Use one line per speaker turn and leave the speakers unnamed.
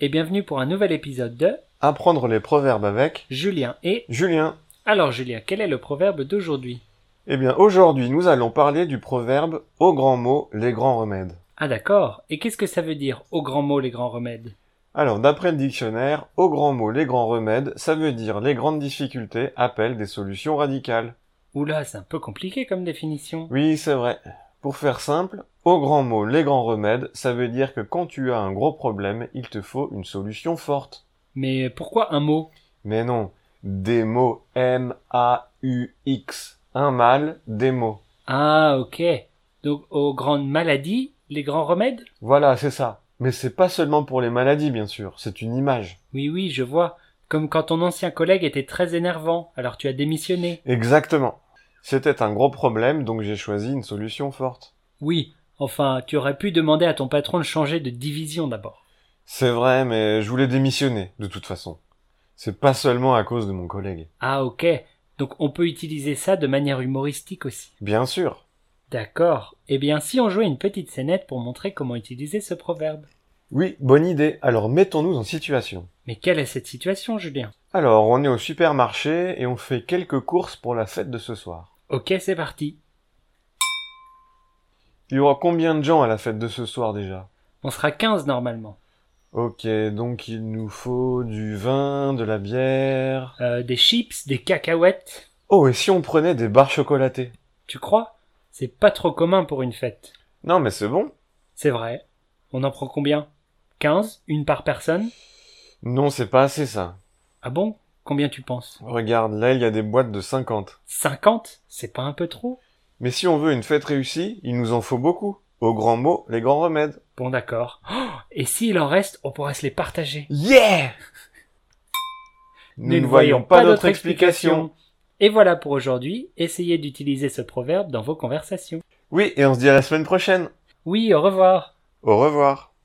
et bienvenue pour un nouvel épisode de
Apprendre les proverbes avec
Julien et...
Julien.
Alors Julien, quel est le proverbe d'aujourd'hui
Eh bien, aujourd'hui, nous allons parler du proverbe aux grands mots, les grands remèdes.
Ah d'accord, et qu'est-ce que ça veut dire au grand mot les grands remèdes
Alors, d'après le dictionnaire, aux grands mots, les grands remèdes, ça veut dire les grandes difficultés appellent des solutions radicales.
Oula, c'est un peu compliqué comme définition.
Oui, c'est vrai. Pour faire simple, aux grands mots, les grands remèdes, ça veut dire que quand tu as un gros problème, il te faut une solution forte.
Mais pourquoi un mot
Mais non, des mots M-A-U-X. Un mal, des mots.
Ah ok, donc aux grandes maladies, les grands remèdes
Voilà, c'est ça. Mais c'est pas seulement pour les maladies, bien sûr, c'est une image.
Oui oui, je vois. Comme quand ton ancien collègue était très énervant, alors tu as démissionné.
Exactement. C'était un gros problème, donc j'ai choisi une solution forte.
Oui, enfin, tu aurais pu demander à ton patron de changer de division d'abord.
C'est vrai, mais je voulais démissionner, de toute façon. C'est pas seulement à cause de mon collègue.
Ah ok, donc on peut utiliser ça de manière humoristique aussi.
Bien sûr.
D'accord. Eh bien, si on jouait une petite scénette pour montrer comment utiliser ce proverbe.
Oui, bonne idée. Alors mettons-nous en situation.
Mais quelle est cette situation, Julien
Alors, on est au supermarché et on fait quelques courses pour la fête de ce soir.
Ok, c'est parti.
Il y aura combien de gens à la fête de ce soir déjà
On sera 15 normalement.
Ok, donc il nous faut du vin, de la bière.
Euh, des chips, des cacahuètes,
Oh, et si on prenait des barres chocolatées
tu crois C'est pas trop commun pour une fête.
Non, mais c'est bon.
C'est vrai. On en prend combien 15 Une par personne
Non, c'est pas assez ça.
Ah bon Combien tu penses
Regarde, là, il y a des boîtes de 50.
50 C'est pas un peu trop
Mais si on veut une fête réussie, il nous en faut beaucoup. Aux grands mots, les grands remèdes.
Bon d'accord. Oh, et s'il en reste, on pourra se les partager.
Yeah Nous, ne voyons pas d'autre explication.
Et voilà pour aujourd'hui. Essayez d'utiliser ce proverbe dans vos conversations.
Oui, et on se dit à la semaine prochaine.
Oui, au revoir.
Au revoir.